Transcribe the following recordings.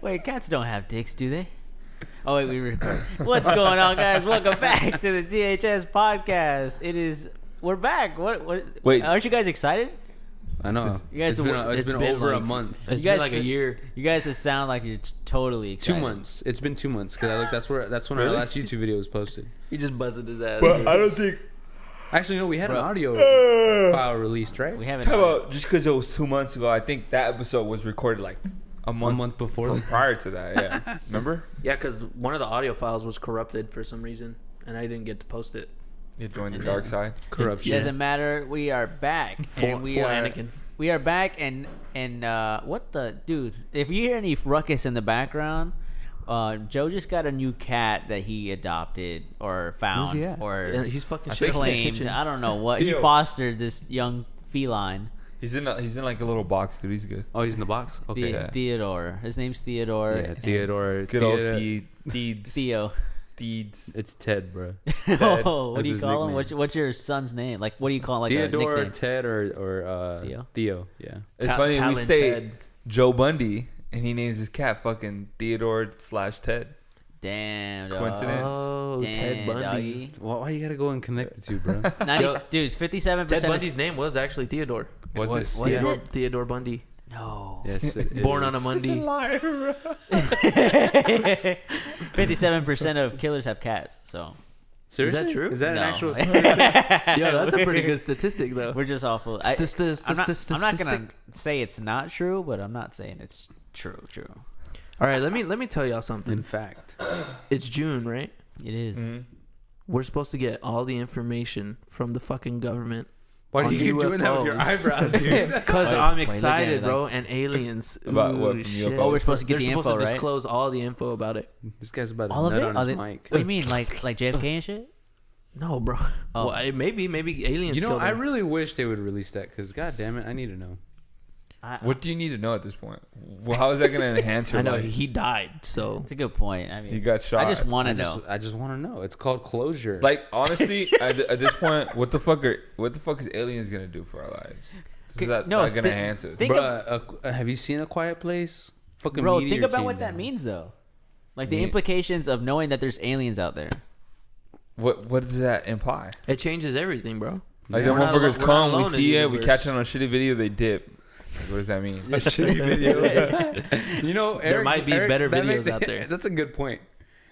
Wait, cats don't have dicks, do they? Oh wait, we record. What's going on, guys? Welcome back to the DHS podcast. It is we're back. What? what Wait. aren't you guys excited? I know. you guys it's been, were- it's it's been, been over like- a month. it's It's been been like guys- a year. You guys just sound like you're t- totally Two excited. months. It's been two months because I look. That's where. That's when our Really? last YouTube video was posted. He just busted his ass. But I don't think. Actually, no, we had an audio Uh, file released, right? We haven't. Talk about just because it was two months ago. I think that episode was recorded like a a month, month before. from prior to that. Yeah, remember? yeah, because one of the audio files was corrupted for some reason, and I didn't get to post it. You joined the dark side. It corruption. doesn't matter. We are back, Full- and we full are Anakin. we are back, and and uh, what the dude? If you hear any ruckus in the background, uh, Joe just got a new cat that he adopted or found he at? or Yeah, he's fucking shit in the claimed. kitchen. I don't know what he Yo. fostered this young feline. He's in. A, he's in like a little box, dude. He's good. Oh, he's in the box. The- Okay. yeah. Theodore. His name's Theodore. Yeah, Theodore. Good old Theodore- deed, deeds. Theo. Deeds. It's Ted, bro. oh, what That's do you his call him? nickname. What's, what's your son's name? Like, what do you call like a Theodore, nickname? Ted, or or uh, Theo? Theo. Yeah. It's Ta- funny we Talon say Ted. Joe Bundy, and he names his cat fucking Theodore slash Ted. Damn. dog. Coincidence? Oh, Damn, Ted Bundy. doggy. Why, why you gotta go and connect the two, bro? 90, Yo, dude, fifty-seven Ted percent. Bundy's name was actually Theodore. Was was- it? was Theodore, it? Theodore Bundy. No. yes. it Born on a is. Monday. Fifty-seven percent of killers have cats, so Seriously? true? Is that No. an actual? Yeah, that's a pretty good statistic, though. we're just awful. I, Stis- stis- I'm, not, stis- I'm not stis- gonna say it's not true, but I'm not saying it's true. True, All right, let me let me tell y'all something. in fact. It's June, right? it is. Mm-hmm. We're supposed to get all the information from the fucking government. Why On do you keep doing that with your UFOs. eyebrows, dude? Because Wait, I'm wait, look at excited, it, bro. and aliens. About what, from UFOs? Oh, we're supposed to get They're the supposed info, to right? disclose all the info about it. This guy's about to All of nut it. on Are his they- mic. What do you mean, like like JFK and shit? No, bro. Oh. Well, I- maybe maybe aliens. You know, killed I him. really wish they would release that because, god damn it, I need to know. I, What do you need to know at this point? Well, how is that going to enhance your I know life? he died, so It's a good point. I mean, He got I just shot. want I to just, know. I just want to know. It's called closure. Like honestly, at, th- at this point, what the fuck are what the fuck is aliens gonna do for our lives? This is not, no, not gonna thi- enhance us. think- Bruh, uh, have you seen a quiet place? Fucking Bro, meteor think about came what that down. means, though. Like the Me- implications of knowing that there's aliens out there. what what does that imply? it changes everything, bro. Like Yeah. the We're not motherfuckers alo- we're not come, we alone in see the it, we universe. catch it on a shitty video, they dip. Like, what does that mean? A shitty video. you know, There Eric's- might be better that makes- videos out there. That's a good point.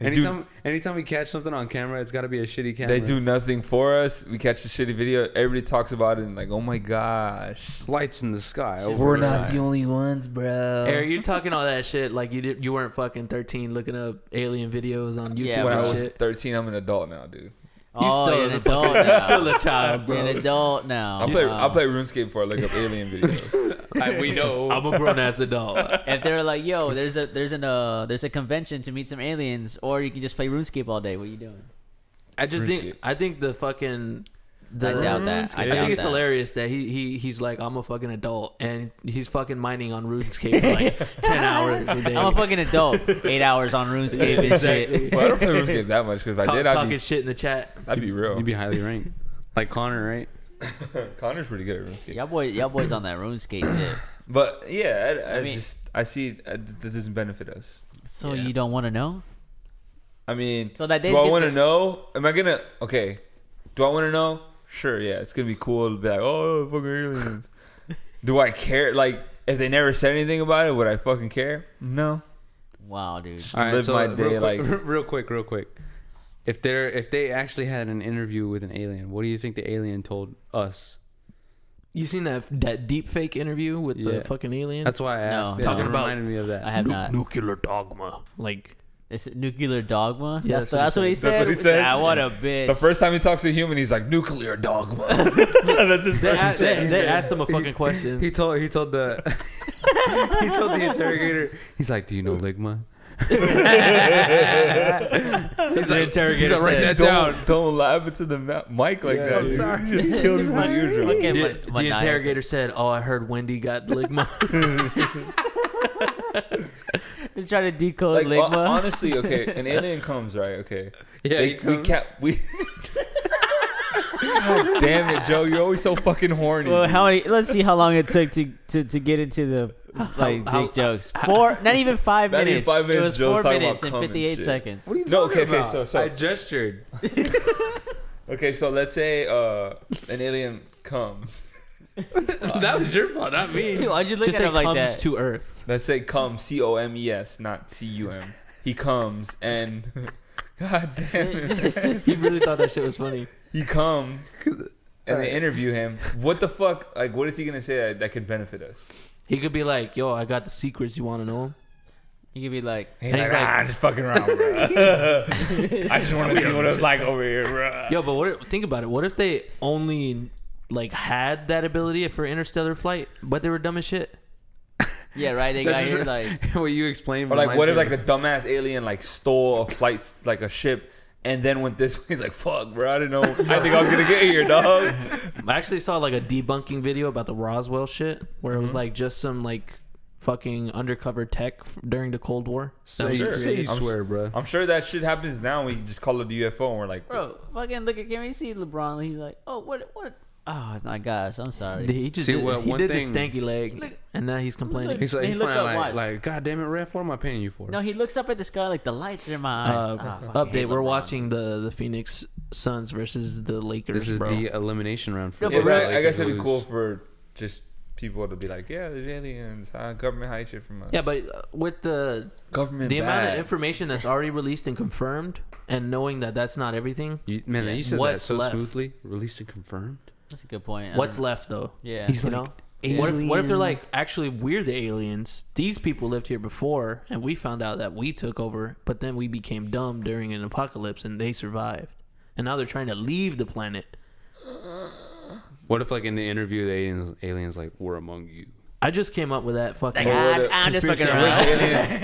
They do- Anytime, anytime we catch something on camera, it's got to be a shitty camera. They do nothing for us. We catch a shitty video. Everybody talks about it and like, oh my gosh, lights in the sky. We're not the only ones, bro. Eric, you're talking all that shit like you did, you weren't fucking 13 looking up alien videos on YouTube Yeah, when I and bro. was shit. 13, I'm an adult now, dude. You oh, still you're an a- adult you're now. still a child, You're bro. an adult now. I'll play Wow. I'll play RuneScape before I look up alien videos. we know. I'm a grown ass adult. If they're like, "Yo, there's a there's an uh there's a convention to meet some aliens," or you can just play RuneScape all day. What are you doing? I just think RuneScape. I think the fucking the, I doubt that. I I, doubt think it's that. hilarious that he, he he's like I'm a fucking adult and he's fucking mining on RuneScape for like 10 hours a day. I'm a fucking adult. Eight hours on RuneScape and shit. well, I don't play RuneScape that much because if I Talk, did, I'd talking be, shit in the chat. I'd be real. You'd be highly ranked, like Connor, right? Connor's pretty good at RuneScape. Y'all boy, y'all boys on that RuneScape tip. But yeah, I, I, I mean- just I see uh, th- that doesn't benefit us. So you don't want to know? I mean, So that days do I get want to the- know? Am I gonna okay? Do I want to know? Sure, yeah, it's gonna be cool to be like, oh, fucking aliens. do I care? Like, if they never said anything about it, would I fucking care? No. Wow, dude. All right, Live so my real day real quick- quick, like- real quick, real quick. If they're if they actually had an interview with an alien, what do you think the alien told us? You seen that that deep fake interview with Yeah. the fucking alien? That's why I asked. no. Talking Talking about- about reminded me of that. I have Uh, not. nuclear dogma. Like It's nuclear dogma. Yeah, that's, that's what he said. That's what he said. Ah, what a bitch. The first time he talks to a human, he's like nuclear dogma. That's his they, first- asked, said- they, he they said- asked him a fucking question. He told he told the he told the interrogator. He's like, "Do you know ligma?" He's the He's interrogator like, write said, that down. Don't laugh into the ma- mic like Yeah, that. I'm dude. sorry. You just killed my eardrum. Fucking the, man- the maniacal. interrogator said, "Oh, I heard Wendy got ligma." They're trying to decode Like, Ligma. hon- honestly, okay, an alien comes, right? Okay. Yeah, They- we can't. We. God damn it, Joe! You're always so fucking horny. Well, how many? Let's see how long it took to, to, to get into the like how- dick jokes. Four, not even five Not even minutes. five minutes, It was Joe's four talking about minutes and cum and fifty-eight shit. seconds. What are you No, talking okay, okay, about? so- so- I gestured. Okay, so let's say uh, an alien comes. that was your fault, not me. Why'd you look Just at say him like comes that? to Earth. Let's say come, C O M E S, not C U M. He comes and. God damn it. You really thought that shit was funny. He comes and they interview him. What the fuck? Like, what is he going to say that, that could benefit us? He could be like, "Yo, I got the secrets. You want to know 'em?" You could be like, He's, And he's like, like- "Ah, I'm just fucking around, bro. I just want to see what it's like over here, bro. Yo, but what? Think about it. What if they only like had that ability for interstellar flight, but they were dumb as shit? yeah, right. They got That's here just- like what you explained. Or like, reminds what me if like of- the dumbass alien like stole a flight, like a ship, and then went this way? He's like, fuck, bro, I didn't know. I think I was gonna get here, dog. I actually saw like a debunking video about the Roswell shit, where it was like just some like fucking undercover tech f- during the Cold War. Say, Sure. say you I'm- swear, bro. I'm sure that shit happens now. We just call it the UFO, and we're like, Bro, fucking look at can we see LeBron? He's like, oh what what? Oh my gosh, I'm sorry. He just See, did, well, he one did the thing- stanky leg, and now he's complaining. He's like, He he's looked fine, up like, what? like, God damn it, Ref, what am I paying you for? no, he looks up at the sky like the lights are in my eyes. Uh, Ah, fuck, I hate update: We're LeBron. watching the the Phoenix Suns versus the Lakers. this is bro. the elimination round for No, yeah, the but but Lakers I guess it'd be lose. cool for just people to be like, yeah, there's aliens. Huh? Government hide shit from us. yeah, but uh, with the government. the amount of bad. information that's already released and confirmed, and knowing that that's not everything, You, man, you said that What's so left? smoothly. Released and confirmed. That's a good point. I what's don't- left though? Yeah. He's you like, know. What if, what if they're like actually we're the aliens? These people lived here before, and we found out that we took over, but then we became dumb during an apocalypse, and they survived. And now they're trying to leave the planet. What if, like, in the interview, the aliens, aliens like, we're among you? I just came up with that fucking. Or God, what the- I'm just conspiracy- fucking what around. if the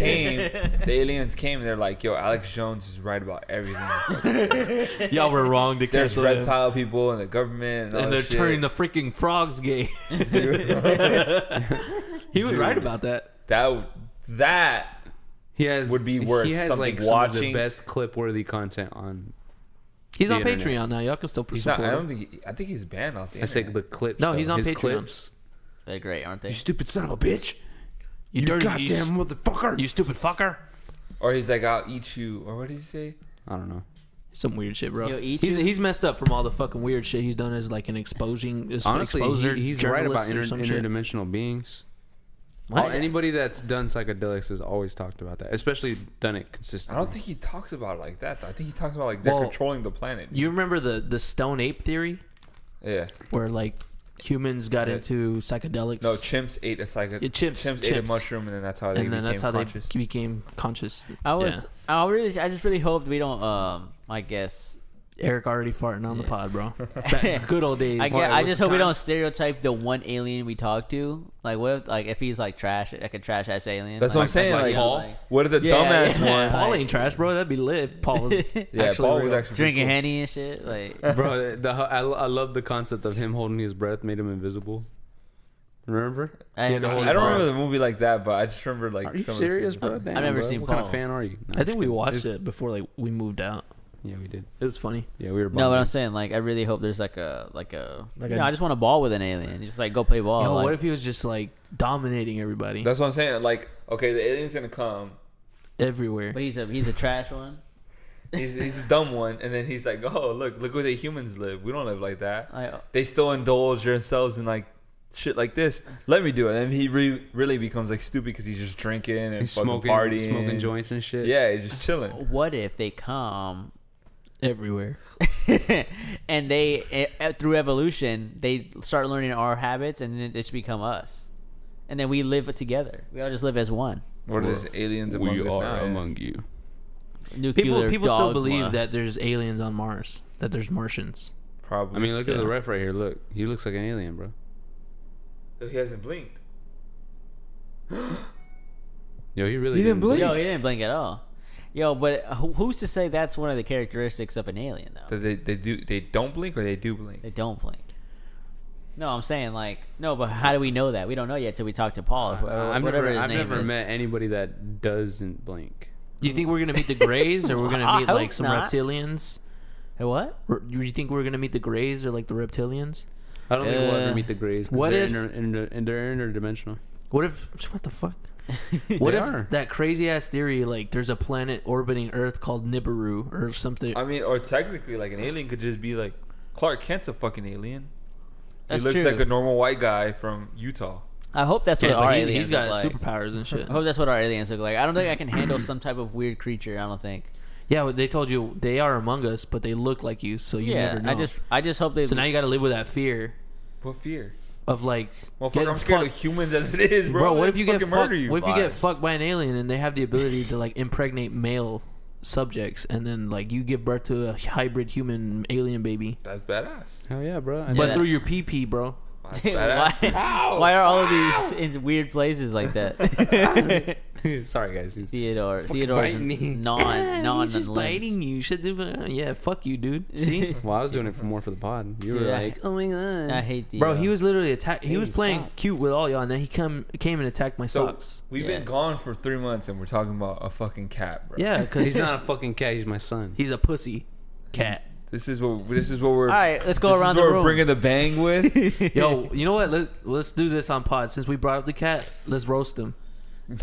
aliens- What if the aliens came? The aliens came. They're like, yo, Alex Jones is right about everything. Y'all were wrong to There's cancel them. reptile people and the government, and, all and they're this shit. turning the freaking frogs gay. he was right about that. that w- that He has Would be worth He has something like some of the watching. best clip-worthy content on. He's The on internet. Patreon now. Y'all can still he's support not. I him. don't think. He, I think he's banned off the. I say internet. the clips. No, though. he's on His Patreon. Clips. They're great, aren't they? You stupid son of a bitch! You, You dirty, goddamn you, s- motherfucker! you stupid fucker. or he's like, I'll eat you, or what did he say? I don't know. Some weird shit, bro. Yo, eat he's, you. he's messed up from all the fucking weird shit he's done as like an exposing. as an Honestly, exposer he, he's right about journalist or inter- some shit. interdimensional beings. What? Oh, anybody that's done psychedelics has always talked about that, especially done it I consistently. don't think he talks about it like that. Though. I think he talks about like they're Well, controlling the planet. You remember the the stone ape theory, yeah. where like humans got Yeah. into psychedelics, No, chimps ate a psycho. Yeah, chimps, chimps, ate a chimps. mushroom, and then that's how they and became then that's how conscious. they became conscious. I was Yeah. I really I just really hoped we don't um I guess Eric already farting on the pod, bro. Back- good old days. I, Well, get, it I was just hope we time- don't stereotype the one alien we talk to. Like what if like if he's like trash like a trash ass alien. That's what I'm saying. Like, you know, Paul, what is the Yeah, dumbass yeah. one? Paul ain't trash, bro. That'd be lit. Paul was Yeah, actually Paul was real. actually drinking pretty henny and shit. Like Bro, the, I, I love the concept of him holding his breath made him invisible. Remember? I Yeah, haven't no, cool. seen I don't Paul. remember the movie like that, but I just remember like. Are you some of the serious, scenes. bro? I've Damn, never bro. seen What kind of Paul. fan are you? No, I just think we kidding. watched It's- it before like we moved out. Yeah, we did. It was funny. Yeah, we No, were. but I'm bonding. saying like I really hope there's like a like a Like you a- know, I just want to ball with an alien. Just like go play ball. Yo, Oh, like, what if he was just like dominating everybody That's what I'm saying. Like, okay, the alien's gonna come. everywhere? but he's a he's a trash one. He's, he's the dumb one, and then he's like, "Oh, look, look where the humans live. We don't live like that. Like, They still indulge themselves in like shit like this. Let me do it." And he re- really becomes like stupid because he's just drinking and He's fucking smoking, partying, smoking joints and shit. Yeah, he's just chilling. what if they come Everywhere. and they eh, eh, through evolution they start learning our habits and then they just become us, and then we live together. We all just live as one. What is this, aliens among us now? yeah. you. Nuclear People people still dogma. believe that there's aliens on Mars. That there's Martians. Probably. I mean, look at the Yeah. ref right here. Look, he looks like an alien, bro. he hasn't blinked. Yo, he really He didn't blink. Yo, he didn't blink at all. Yo, but who- who's to say that's one of the characteristics of an alien though? That They, they do they don't blink or they do blink. They don't blink. No, I'm saying like no, but how do we know that? We don't know yet till we talk to Paul. Uh, whoever- I've whatever never, his I've name never is. met anybody that doesn't blink. You think we're gonna meet the Greys, or we're I gonna meet hope like some not. reptilians? Hey, what? Or do you think we're gonna meet the Greys or like the reptilians? I don't think we'll Uh, ever meet the Greys. 'cause what they're if- inter, inter, and they're interdimensional? What if what the fuck? What They if are. that crazy ass theory like there's a planet orbiting Earth called Nibiru or something? I mean, or technically, like an alien could just be like Clark Kent's a fucking alien. That's he looks true. like a normal white guy from Utah. I hope that's what yeah, our like, he's- aliens he's got look like. superpowers and shit. I hope that's what our aliens look like. I don't think I can handle some type of weird creature. I don't think. Yeah, but they told you they are among us, but they look like you, so you yeah, never know. I just I just hope they. so now you got to live with that fear What fear? of like, Well, getting I'm scared fucked. of humans as it is, bro. bro. They What if you get fucking fucked? murder you? What if you get Vibes. fucked by an alien and they have the ability to like impregnate male subjects, and then like you give birth to a hybrid human alien baby, That's badass. Hell yeah, bro. I but that- through your pee pee, bro. That's Dude, why, badass. why are all of these in weird places like that? did- Sorry, guys. He's- Theodore, fucking Theodore is biting me. non non he's just biting limbs. you. Shut the yeah, fuck you, dude. See, Well, I was doing it for more for the pod. You were Dude, I- like, oh my god. I hate uh, Theodore. bro. He was literally attack. He Hey, was playing stop. cute with all y'all, and then he come came and attacked my So socks. we've Yeah. been gone for three months, and we're talking about a fucking cat, bro. Yeah, because he's not a fucking cat. He's my son. He's a pussy cat. This is what this is what we're. All right, let's go this is around what the we're room. bringing the bang with. uh, Yo, you know what? Let's let's do this on pod. Since we brought up the cat, let's roast him.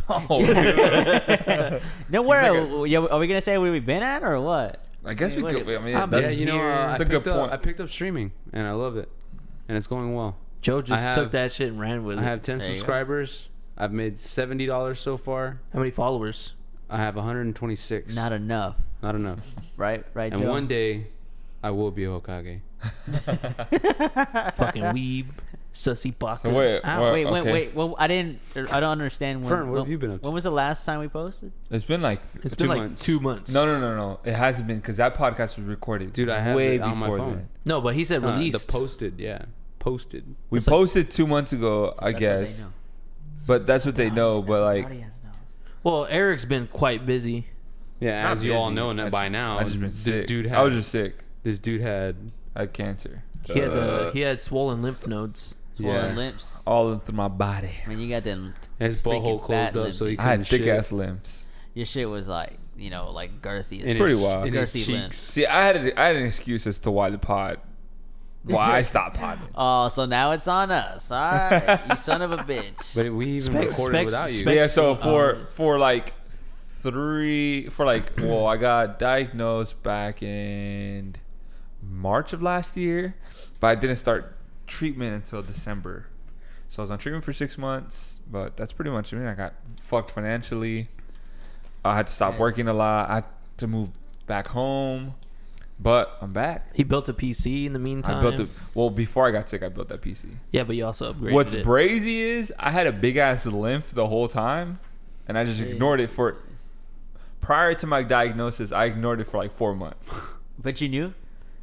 no, dude. no, where He's like yeah, are we gonna say where we've been at or what? I guess we Wait, could. I mean, I'm that's, yeah, you know, uh, It's I, a good picked up, point. I picked up streaming and I love it, and it's going well. Joe just I took have- that shit and ran with I it. have ten There you go. subscribers. I've made seventy dollars so far. How many followers? I have one hundred and twenty six. Not enough, Not enough. right? Right. And Joe? one day, I will be a Hokage. Fucking weeb, sussy baka. So wait, Ah, well, wait, wait, okay. wait. Well, I didn't. I don't understand. When, Fern, what have when- you been up to? When was the last time we posted? It's been like It's Two been like months. two months. no, no, no, no. It hasn't been because that podcast was recorded, Dude, I have way it on my before phone. then. No, but he said Uh, released. the posted, yeah, posted. We like- posted two months ago, I guess, but that's what they know. But like, well, Eric's been quite busy. Yeah, Not as you all busy. know now I by just- now, I just been this sick. dude had I was just sick. this dude had I had cancer He had Uh, the, he had swollen lymph nodes. Swollen yeah, limbs. all into my body. I mean, you got them. his freaking butthole fat closed up, so he limbs. couldn't I had thick shit. ass limbs. Your shit was like, you know, like girthy. In As it- pretty his- wild. in his Girthy limbs. cheeks. See, I had a, I had an excuse as to why the pod, why I stopped podding. oh, so now it's on us. All right, you son of a bitch. But we even Specs- recorded specs- without you. specs- yeah, so Um, for for like three for like well, I got diagnosed back in March of last year, but I didn't start treatment until December. So I was on treatment for six months, but that's pretty much it. I got fucked financially. I had to stop Nice. working a lot. I had to move back home, but I'm back. He built a PC in the meantime. I built the well before I got sick. I built that PC. yeah, but you also upgraded What's it. crazy is I had a big ass lymph the whole time, and I just Hey. ignored it for. Prior to my diagnosis, I ignored it for like four months. But you knew.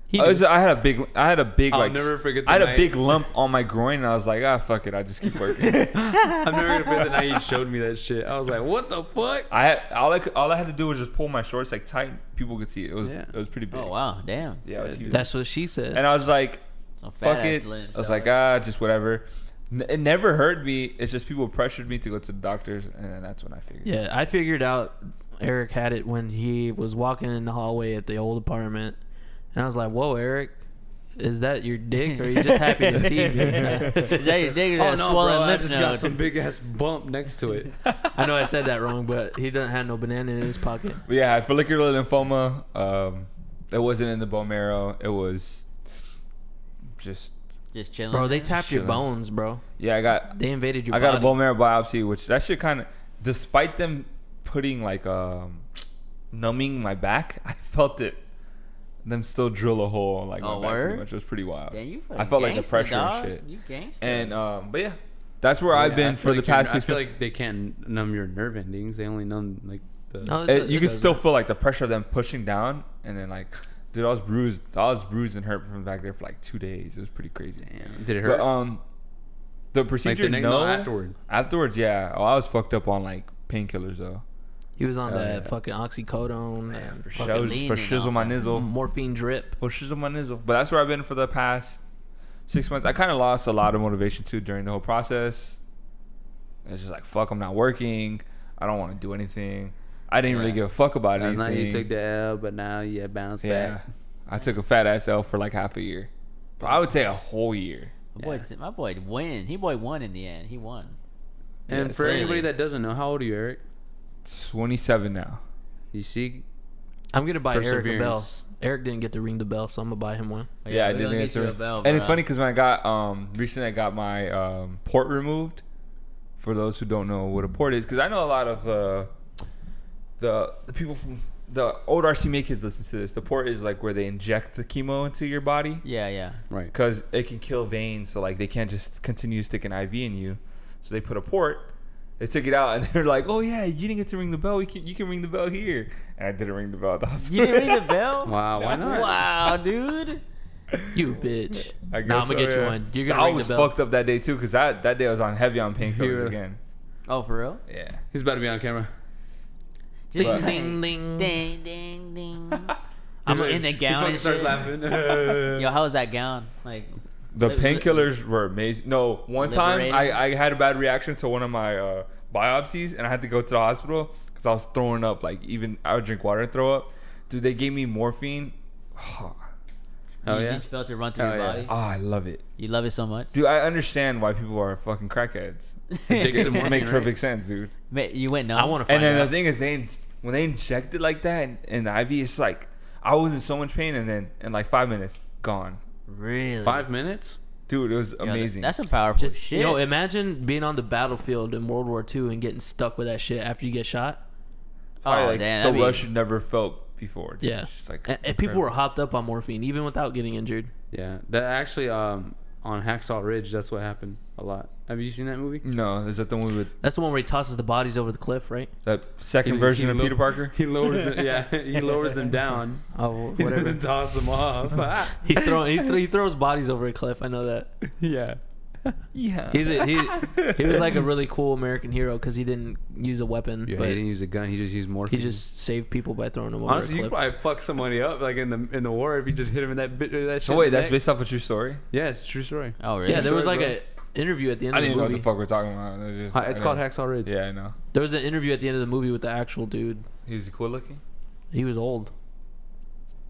He I, knew. was- I had a big, I had a big I'll like, never forget I had the a night- big lump on my groin, and I was like, ah, fuck it, I just keep working. I'm never gonna forget the night you showed me that shit. I was like, what the fuck? I had all I could, all I had to do was just pull my shorts like tight. People could see it. It was Yeah. it was pretty big. Oh wow, damn. Yeah, it was huge. That's what she said. and I was like, Some fat fuck ass it. limbs. I was dog. like, ah, just whatever. N- it never hurt me. It's just people pressured me to go to the doctors, and then that's when I figured. Yeah, I figured out Eric had it when he was walking in the hallway at the old apartment, and I was like, "Whoa, Eric, is that your dick, or are you just happy to see me?" is that your dick or is Oh, that a swollen lymph node? big ass bump next to it. I know I said that wrong, but he doesn't have no banana in his pocket. But yeah, I had follicular lymphoma. Um, it wasn't in the bone marrow. It was just Just chilling. Bro, they there? tapped your Sure. bones, bro. yeah. I got They invaded your I got a body. bone marrow biopsy, which that shit kind of, despite them putting like um, numbing my back, I felt it. Them still drill a hole like Oh, my back, pretty word? much. It was pretty wild. Damn, you I felt like the pressure dog. and shit. You gangster. And um, but yeah, that's where I've been for the past I six. feel months. like they can't numb your nerve endings. They only numb like the. No, it- It- it Eh, you can doesn't. still feel like the pressure of them pushing down, and then like, dude, I was bruised. I was bruised and hurt from back there for like two days. It was pretty crazy. Damn. Did it hurt? But um, the procedure next- no, no, afterward. Afterwards, yeah. Oh, I was fucked up on like painkillers though. He was on Oh, that yeah. fucking oxycodone, and For fucking shows, leaning for shizzle on my that. nizzle, Mm. morphine drip. for shizzle my nizzle. But that's where I've been for the past six months. I kind of lost a lot of motivation too during the whole process. It's just like fuck, I'm not working. I don't want to do anything. I didn't really Yeah. give a fuck about Last anything. night you took the L, but now you bounce Yeah. back. I took a fat ass L for like half a year. I would say a whole year. my boy, my boy win. He boy won in the end. He won. And Yeah, for anybody certainly. that doesn't know, how old are you, Eric? 27 now. You see, I'm gonna buy Eric a bell. Perseverance. Eric didn't get to ring the bell, so I'm gonna buy him one. Oh, Yeah, I we didn't gonna get you answer. a bell, and it's bro. funny because when I got um recently, I got my um, port removed. For those who don't know what a port is, because I know a lot of uh, the the people from the old RCMA kids listen to this. The port is like where they inject the chemo into your body Yeah, yeah. right? because it can kill veins, so like they can't just continue to stick an IV in you. So they put a port. They took it out and they're like, "Oh yeah, you didn't get to ring the bell. You can you can ring the bell here." And I didn't ring the bell at the hospital. You didn't ring the bell? Wow, why not? Wow, dude. You bitch. I nah, I'm gonna guess so, get you yeah. one. You're gonna I ring was the bell. fucked up that day too, cause I that day I was on heavy on painkillers Yeah. again. Oh, for real? Yeah. He's about to be on camera. Just But- ding, ding. ding, ding, ding. I'm He in the fucking gown. and starts shit. laughing. Yo, how was that gown? Like, The Li- li- painkillers were amazing. No, one time Liberating. I, I had a bad reaction to one of my uh, biopsies, and I had to go to the hospital because I was throwing up. Like even I would drink water and throw up. Dude, they gave me morphine. Oh, oh you yeah. just felt it run through Hell your yeah. body. Ah, I love it. You love it so much. Dude, I understand why people are fucking crackheads. Addicted to It morphine, makes right? perfect sense, dude. Ma- You went numb. I want to And find then out. the thing is, they in- when they inject it like that and, and the IV, it's like I was in so much pain, and then in like five minutes, gone. really Five minutes. Dude, it was Yo, th- amazing. That's some powerful Just shit. yo, imagine being on the battlefield in World War II and getting stuck with that shit after you get shot. oh, Probably, like, damn, the that'd be- rush you never felt before. dude. Yeah. It's just, like, And, and people were incredible. hopped up on morphine even without getting injured. Yeah, that actually um on Hacksaw Ridge, that's what happened a lot. Have you seen that movie? No, is that the one with That's the one where he tosses the bodies over the cliff, right? that second He- version he of lo- Peter Parker? He lowers them. Yeah, he lowers them down. Oh, He doesn't toss them off. he throw he's throw, he throws bodies over a cliff. I know that. yeah. Yeah. He's a, he he was like a really cool American hero because he didn't use a weapon, Yeah, but he didn't use a gun. He just used he morphine. just saved people by throwing them over honestly, you a could cliff. probably fuck somebody up like in the in the war if you just hit him in that bit. That shit So in wait, the that's neck. based off a true story. yeah, it's a true story. Oh, really? Yeah, there was Sorry, like a interview at the end I of didn't the know what movie. the fuck we're talking about. It was just- Hi, It's I called don't- Hacksaw Ridge. Yeah, I know. There was an interview at the end of the movie with the actual dude. He was cool looking. He was old.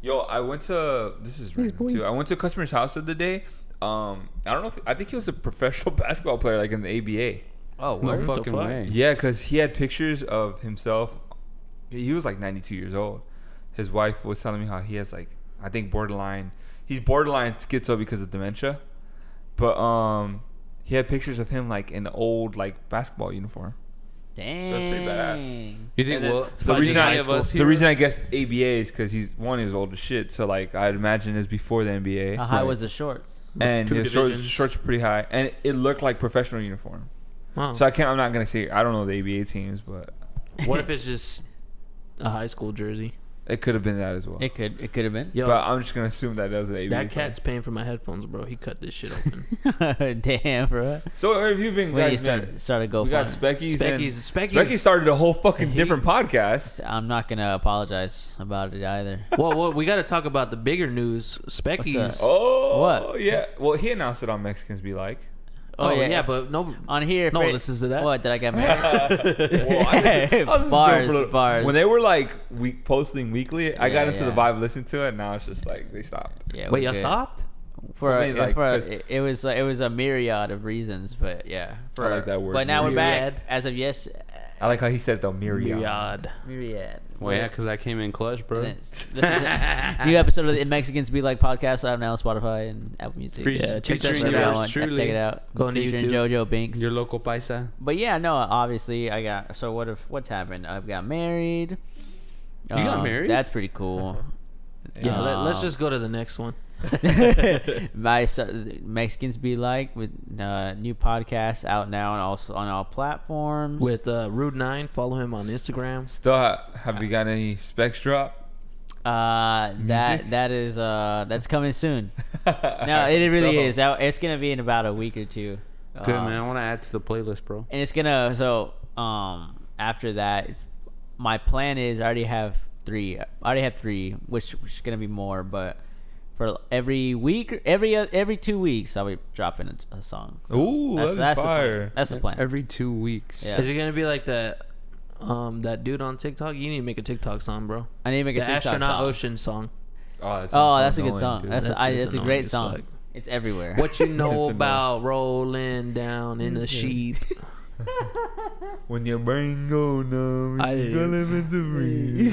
Yo, I went to this is random too. I went to a customer's house the other day. Um, I don't know if I think he was a professional basketball player, like in the ABA. Oh, No word? the fucking fuck? way. Yeah, because he had pictures of himself. He was like 92 years old. His wife was telling me how he has like I think borderline. He's borderline schizo because of dementia, but um, he had pictures of him like in old like basketball uniform. Dang. pretty badass. You think And then well, the reason I, high school. us the here- reason I guessed ABA is because he's one he was old as shit. So like I'd imagine it's before the NBA. How high Right. Uh-huh, was the shorts? and Two his shorts, divisions. shorts were pretty high, and it looked like professional uniform. Wow. So I can't. I'm not gonna say I don't know the ABA teams, but what if it's just a high school jersey? it could have been that as well. It could. It could have been. Yo, But I'm just gonna assume that that was an ABA. that player. cat's paying for my headphones, bro. He cut this shit open. Damn, bro. So where have you been, When you guys? start, man? started We got GoFundMe. Specky's. and- Specky's, Specky's, Specky started a whole fucking different podcast. I'm not gonna apologize about it either. Well, well, we got to talk about the bigger news. Specky's. Oh, Oh, What? Yeah. Well, he announced it on Mexicans Be Like. Oh, yeah. yeah, but no. On here, No for- one listens to that. What did I get married? Well, I just- I was just doing Bars, for the- bars. When they were like week posting weekly, I got Yeah, into the yeah. vibe, listened to it, and now it's just like they stopped. yeah, Wait, we're y'all good. stopped? for, I mean, uh, like, for 'cause- it, it was like, it was a myriad of reasons, but yeah, for like that word, But now we're back myriad. as of yes, I like how he said though, myriad. Myriad. myriad. Well, yeah, because I came in clutch, bro. And it's- This is a new episode of the Mexicans Be Like podcast. I'm now on Spotify and Apple Music. Free- Yeah, check that wherever shit y'all out. want. Truly. Check it out. Go on to Featuring YouTube. JoJo Binks. Your local paisa. But yeah, no, obviously I got. So what if what's happened? I've got married. You got married? That's pretty cool. Yeah, let, let's Um, just go to the next one. my so- Mexicans be like with uh, new podcast out now and also on all platforms. With uh, Rude Nine, follow him on Instagram. Still ha- have you got any specs drop? uh, that music? that is uh that's coming soon. No, it really So- is. That- It's gonna be in about a week or two. Good Um, man. I want to add to the playlist, bro. and it's gonna so um after that it's, my plan is i already have three i already have three which, which is gonna be more but for every week every oth- every two weeks i'll be dropping a, a song Ooh, that's, that's the fire. plan that's the plan Every two weeks. Yeah. Is it gonna be like that? Um, that dude on TikTok. You need to make a TikTok song, bro. i need to make a the TikTok astronaut song. ocean song. Oh, that sounds oh so that's a good annoying, song dude. that's, That's- a, I, it's that's a annoying great as song fuck. it's everywhere What you know It's a mess. about rolling down in a sheep? when your brain go numb, I- you go live into me.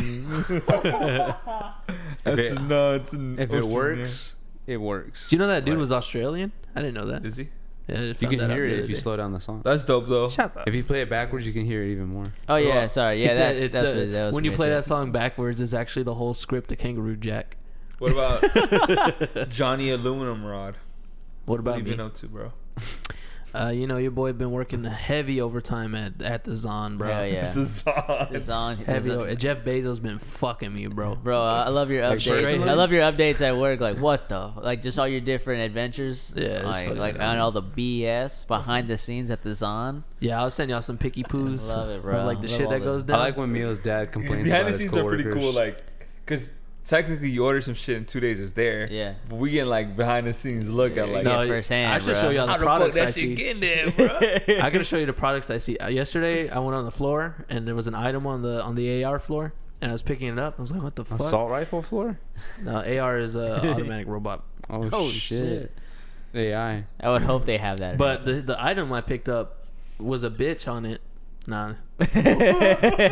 If it- Astronauts and If it ocean works, it works. Do you know that dude was Australian? I didn't know that. air. is he? Yeah, I You found can that out hear the it other if you day. slow down the song. That's dope though. Shut up. If you play it backwards, you can hear it even more. Oh yeah, Well, sorry. He Yeah, said that, it's that's the- what, that was when you weird play shit. that song backwards, it's actually the whole script of Kangaroo Jack. What about Johnny Aluminum Rod? What What about have you me? been up to, bro? Uh, you know, your boy been working heavy overtime at, at the Zon, bro. Hell yeah. The song. It's on. Heavy. it's on- o- Jeff Bezos been fucking me, bro. Bro, I I love your Like, updates. personally? I love your updates at work. Like what the? Like just all your different adventures. Yeah, it's like fucking like rad. and all the BS behind the scenes at the Zon. Yeah, I'll send y'all some picky poos. Love it, of, bro. like the Love shit all that that. goes down. I like when Milo's dad complains Behind about the his scenes are coworkers. pretty cool, like, cause technically you order some shit in two days, it's there. Yeah. But we getting like behind the scenes look at like. No, it firsthand, I should bro. show y'all the products I see. in there, bro? I gotta show you the products I see. Uh, yesterday, I went on the floor and there was an item on the on the AR floor, and I was picking it up. I was like, "What the fuck?" Assault rifle floor? No, AR is a automatic robot. Oh, Oh, shit. AI. I would hope they have that. But the the item I picked up was a bitch on it. Nah. what?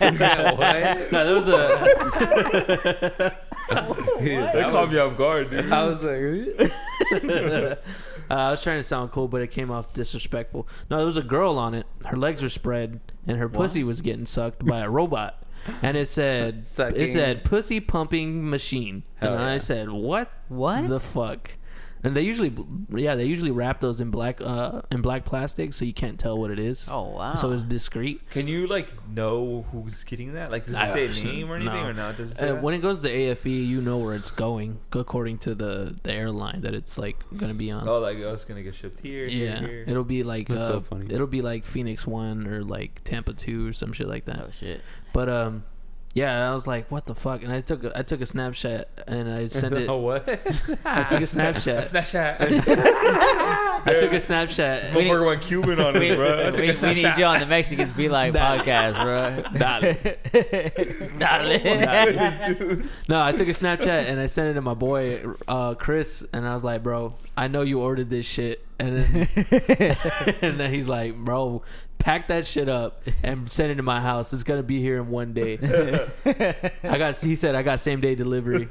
No, there was a that That caught was- me off guard, dude. I was like, Uh, I was trying to sound cool, but it came off disrespectful. No, there was a girl on it. Her legs were spread, and her pussy was getting sucked by a robot. And it said, Sucking. it said, pussy pumping machine. Hell and I yeah. said, what? What? the fuck? And they usually, yeah, they usually wrap those in black, uh, in black plastic, so you can't tell what it is. oh wow. So it's discreet. Can you like know who's getting that? Like, does I it say don't- name or anything no. or not? Does it say Uh, that? when it goes to AFE, you know where it's going, according to the, the airline that it's like gonna be on. Oh, like oh, it's gonna get shipped here. Yeah, here, here. it'll be like That's uh, so funny. It'll be like Phoenix One or like Tampa Two or some shit like oh that. shit. But um, yeah, I was like, what the fuck? And I took a, I took a Snapchat and I sent it. oh, what? I took a Snapchat. Snapchat. I took a Snapchat. We need- Motherfucker went Cuban on us, bro. I took we, a we need Snapchat. you on the Mexicans Be Like podcast, bro. Dale. No, I took a Snapchat and I sent it to my boy uh, Chris, and I was like, bro, I know you ordered this shit, and then, and then he's like, bro, pack that shit up and send it to my house. It's gonna be here in one day. I got. He said I got same day delivery,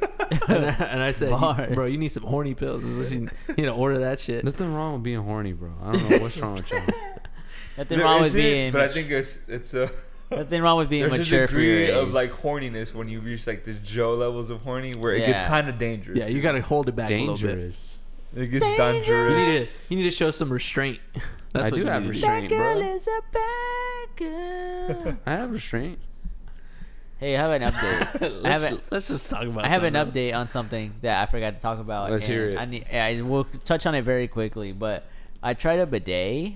and, I, and I said, Bars. "Bro, you need some horny pills. Is what you, you know, order that shit." Nothing wrong with being horny, bro. I don't know what's wrong with y'all. Nothing There wrong with is it, being. But I think it's it's a. nothing wrong with being There's mature a for your degree age. of like horniness when you reach like the Joe levels of horny where it gets Yeah. kind of dangerous. Yeah, you gotta hold it back a little bit. Dangerous. dude. it gets You need to dangerous. you need to show some restraint. That's I what do you have need to do. restraint, bro. is a bad girl. I have restraint. hey, I have an update. I let's, have, a, let's just talk about. I have an something else. update on something that I forgot to talk about. Let's hear and it. I need. I will touch on it very quickly, but I tried a bidet.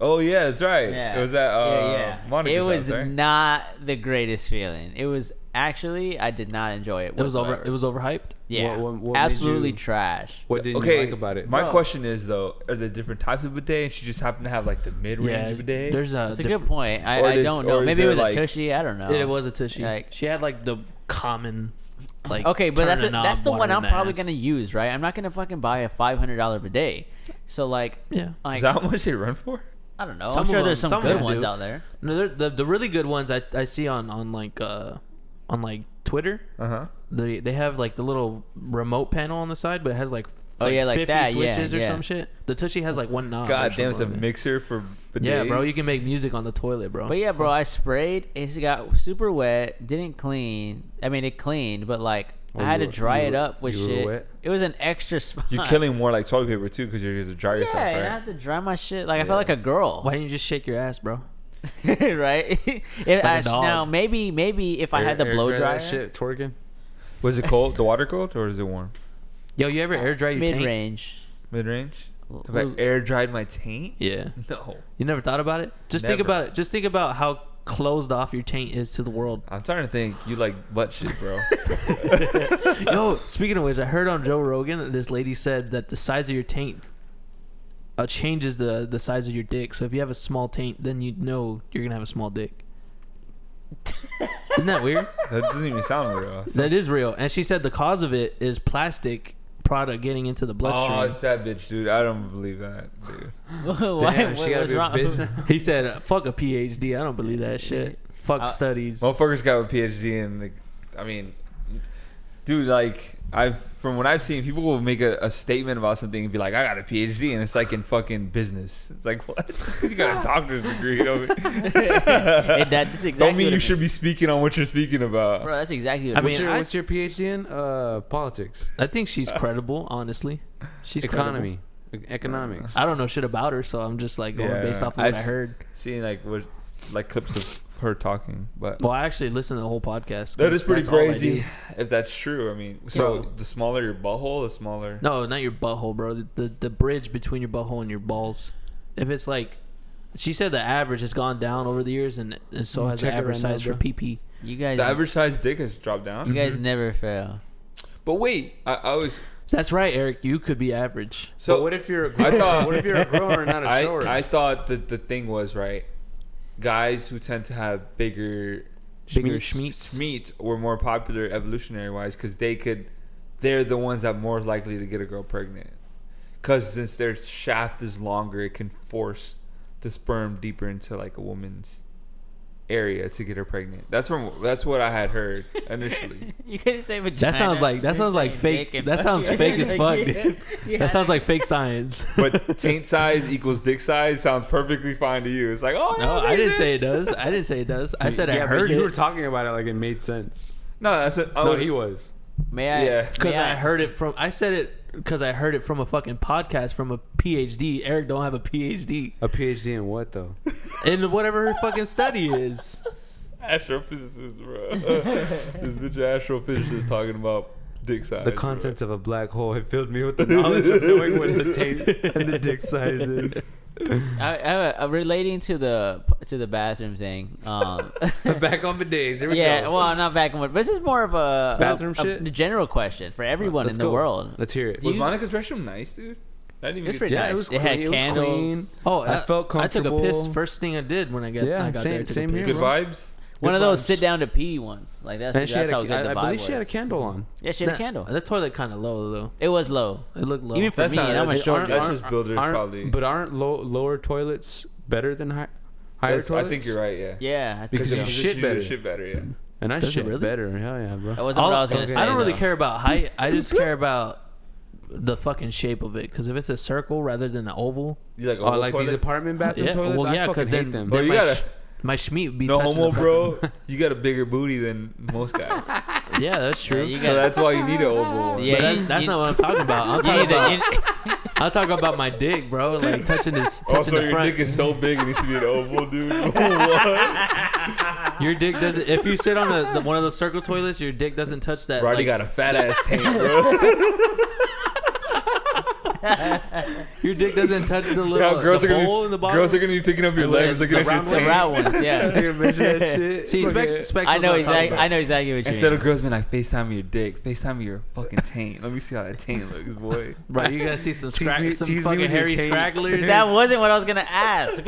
Oh yeah, that's right. It was at uh, Monica's It was house, right? not the greatest feeling. It was actually I did not enjoy it. It was over. whatsoever. It was overhyped. yeah, What- what- what made absolutely you- trash. What did you okay, like about it? My Bro. question is though, are there different types of bidet, and she just happened to have like the mid-range Yeah, bidet? there's a. That's a diff- good point. I, Or I did- don't know. or is Maybe it there, was like- a tushy. I don't know. It was a tushy. Like- she had like the common, like Okay, but turn that's a a, knob, that's the water one in I'm the probably ass. gonna use, right? I'm not gonna fucking buy a five hundred dollar bidet. So like, Yeah. like is that how much they run for? I don't know. Some I'm sure of there's them- some, some good of them ones do. out there. No, they're- the the really good ones I, I see on on like uh on like Twitter. Uh huh. They they have like the little remote panel on the side, but it has like Oh, yeah, like that, yeah, switches or yeah. some shit. The tushy has like one knob. God or damn, it's a something on it. mixer for bidets. Yeah, bro, you can make music on the toilet, bro. But yeah, bro, I sprayed. It got super wet. Didn't clean. I mean, it cleaned, but like Oh, I had to you were- dry you it were- up with you were shit. wet? It was an extra spot. You're killing more like toilet paper too because you're gonna dry yourself, Yeah, right? and I had to dry my shit. Like I felt like a girl, Why didn't you just shake your ass, bro? right? It- I- dog. now maybe, maybe if I had the Air- air blow that dryer, shit twerking. Was it cold? the water cold or is it warm? Yo, you ever air dry your mid tank? range. Mid range. If Ooh. I air dried my taint, Yeah. no. You never thought about it? Just think Never. about it. Just think about how closed off your taint is to the world. I'm starting to think you like butt shit, bro. Yo, speaking of which, I heard on Joe Rogan that this lady said that the size of your taint uh, changes the the size of your dick. So if you have a small taint, then you know you're gonna have a small dick. Isn't that weird? that doesn't even sound real. that is real. And she said the cause of it is plastic product getting into the Oh, bloodstream. it's that bitch, dude. I don't believe that, dude. Why? Oh, Damn, what- she gotta what's be a wrong? bitch now. he said, uh, "Fuck a PhD. I don't believe that shit. Fuck Uh, studies." Motherfuckers got a PhD and like, I mean, dude, like I've from what I've seen, people will make a, a statement about something and be like, "I got a PhD," and it's like in fucking business. It's like what? Just 'cause you got a doctor's degree, don't, And that- that's exactly don't mean what you it should be speaking on what you're speaking about. Bro, that's exactly what I it mean, what's, your, I- what's your PhD in? Uh, politics, I think she's credible, honestly. She's credible. economy, E- economics. I don't know shit about her, so I'm just like going Yeah, based off of I've what I s- heard. Seeing like what, like clips of her talking, but Well, I actually listened to the whole podcast. 'cause that is pretty that's all I crazy do. if that's true. I mean, so Bro. the smaller your butthole, the smaller. No, not your butthole, bro. The, the the bridge between your butthole and your balls. If it's like, she said the average has gone down over the years, and, and so Mm, has the check it average right now, size bro. for PP. You guys, The average size dick has dropped down. you Mhm. guys never fail. But wait, I, I always So that's right, Eric. You could be average. So so what if you're a I grower? thought- what if you're a grower and not a shower? I, I thought that the thing was right. Guys who tend to have bigger Bigger schmeats. schmeats were more popular evolutionary wise because they could. They're the ones that more likely to get a girl pregnant because since their shaft is longer, it can force the sperm deeper into like a woman's area to get her pregnant. That's from that's what I had heard initially. You couldn't say vagina. That sounds like You're that sounds like saying fake. dick and That sounds fuck. fake as fuck, Like, dude. you That had sounds it. like fake science. but taint size equals dick size sounds perfectly fine to you. It's like oh No, yeah, I makes didn't say sense. it does. I didn't say it does. I said yeah, I but heard you it were talking about it like it made sense. No, that's oh, it. no, he was. May I? Yeah. because may I heard it from. I said it because I heard it from a fucking podcast from a PhD. Eric don't have a PhD A PhD in what though? in whatever her fucking study is. astrophysicist, bro. this bitch astrophysicist talking about dick size. the contents of a black hole had filled me with the knowledge of knowing what the tape and the dick size is. I, I, uh, relating to the to the bathroom thing. Um, Back on bidets. Here we yeah, go. well, not back and forth. This is more of a Bathroom a, shit? A general question for everyone Let's in the go. world. Let's hear it. Do Was you- Monica's restroom nice, dude? I It didn't even was get pretty to- nice. It had candles. Oh, I felt I took a piss comfortable. first thing I did when I got. Yeah, I got same- there, I took a same here, piss. Good bro. vibes. One of Good those vibes. sit down to pee ones. Like that's And that's she had how a, good the I, vibe I believe was. she had a candle on. yeah, she had Nah, a candle. The toilet kind of low though. It was low. It looked low. Even for That's me, not- and I'm a that's- short. that's guy. just builder Aren't- probably. But aren't low, lower toilets better than high, higher That's- toilets? I think you're right. Yeah. Yeah, I think Because so. you She- shit she did better. Shit better. Yeah. And I Does it shit really? better. Hell yeah, that bro. wasn't what I was gonna okay. say. don't really though. care about height. I just care about the fucking shape of it. Because if it's a circle rather than an oval, You like, Oh, oval like these toilets? apartment bathroom Yeah, toilets? well, I yeah, 'cause fucking hate then- them. Bro, you my gotta sh- my schmeat be no touching homo, the bro. You got a bigger booty than most guys, fucking- Yeah, that's Yeah, true. you so gotta- that's why you need an oval. One. Yeah, but that's, you- that's you- not what I'm talking about. I'm You talking need to- about, you- I'm talking about my dick, bro. Like touching his touching Also, the your front. dick is so big, it needs to be an oval, dude. what? your dick doesn't. If you sit on a, the, one of those circle toilets, your dick doesn't touch that. Bro, I already like, got a fat ass tank, bro. your dick doesn't touch the little Now, girls the are gonna bowl be, in the bottom. girls are gonna be picking up your The legs, looking the at your round the tank. round ones. I Yeah, can measure that shit. See, Fuck specs, it. specs I is know what I'm talking exactly. I know exactly what you Instead mean. of girls being like, FaceTime me your dick, FaceTime me your fucking taint. Let me see how that taint looks, boy. about. Bro, you're gonna see some Tease scra- me- tease some me fucking with your hairy tape. scragglers. that wasn't what I was gonna ask.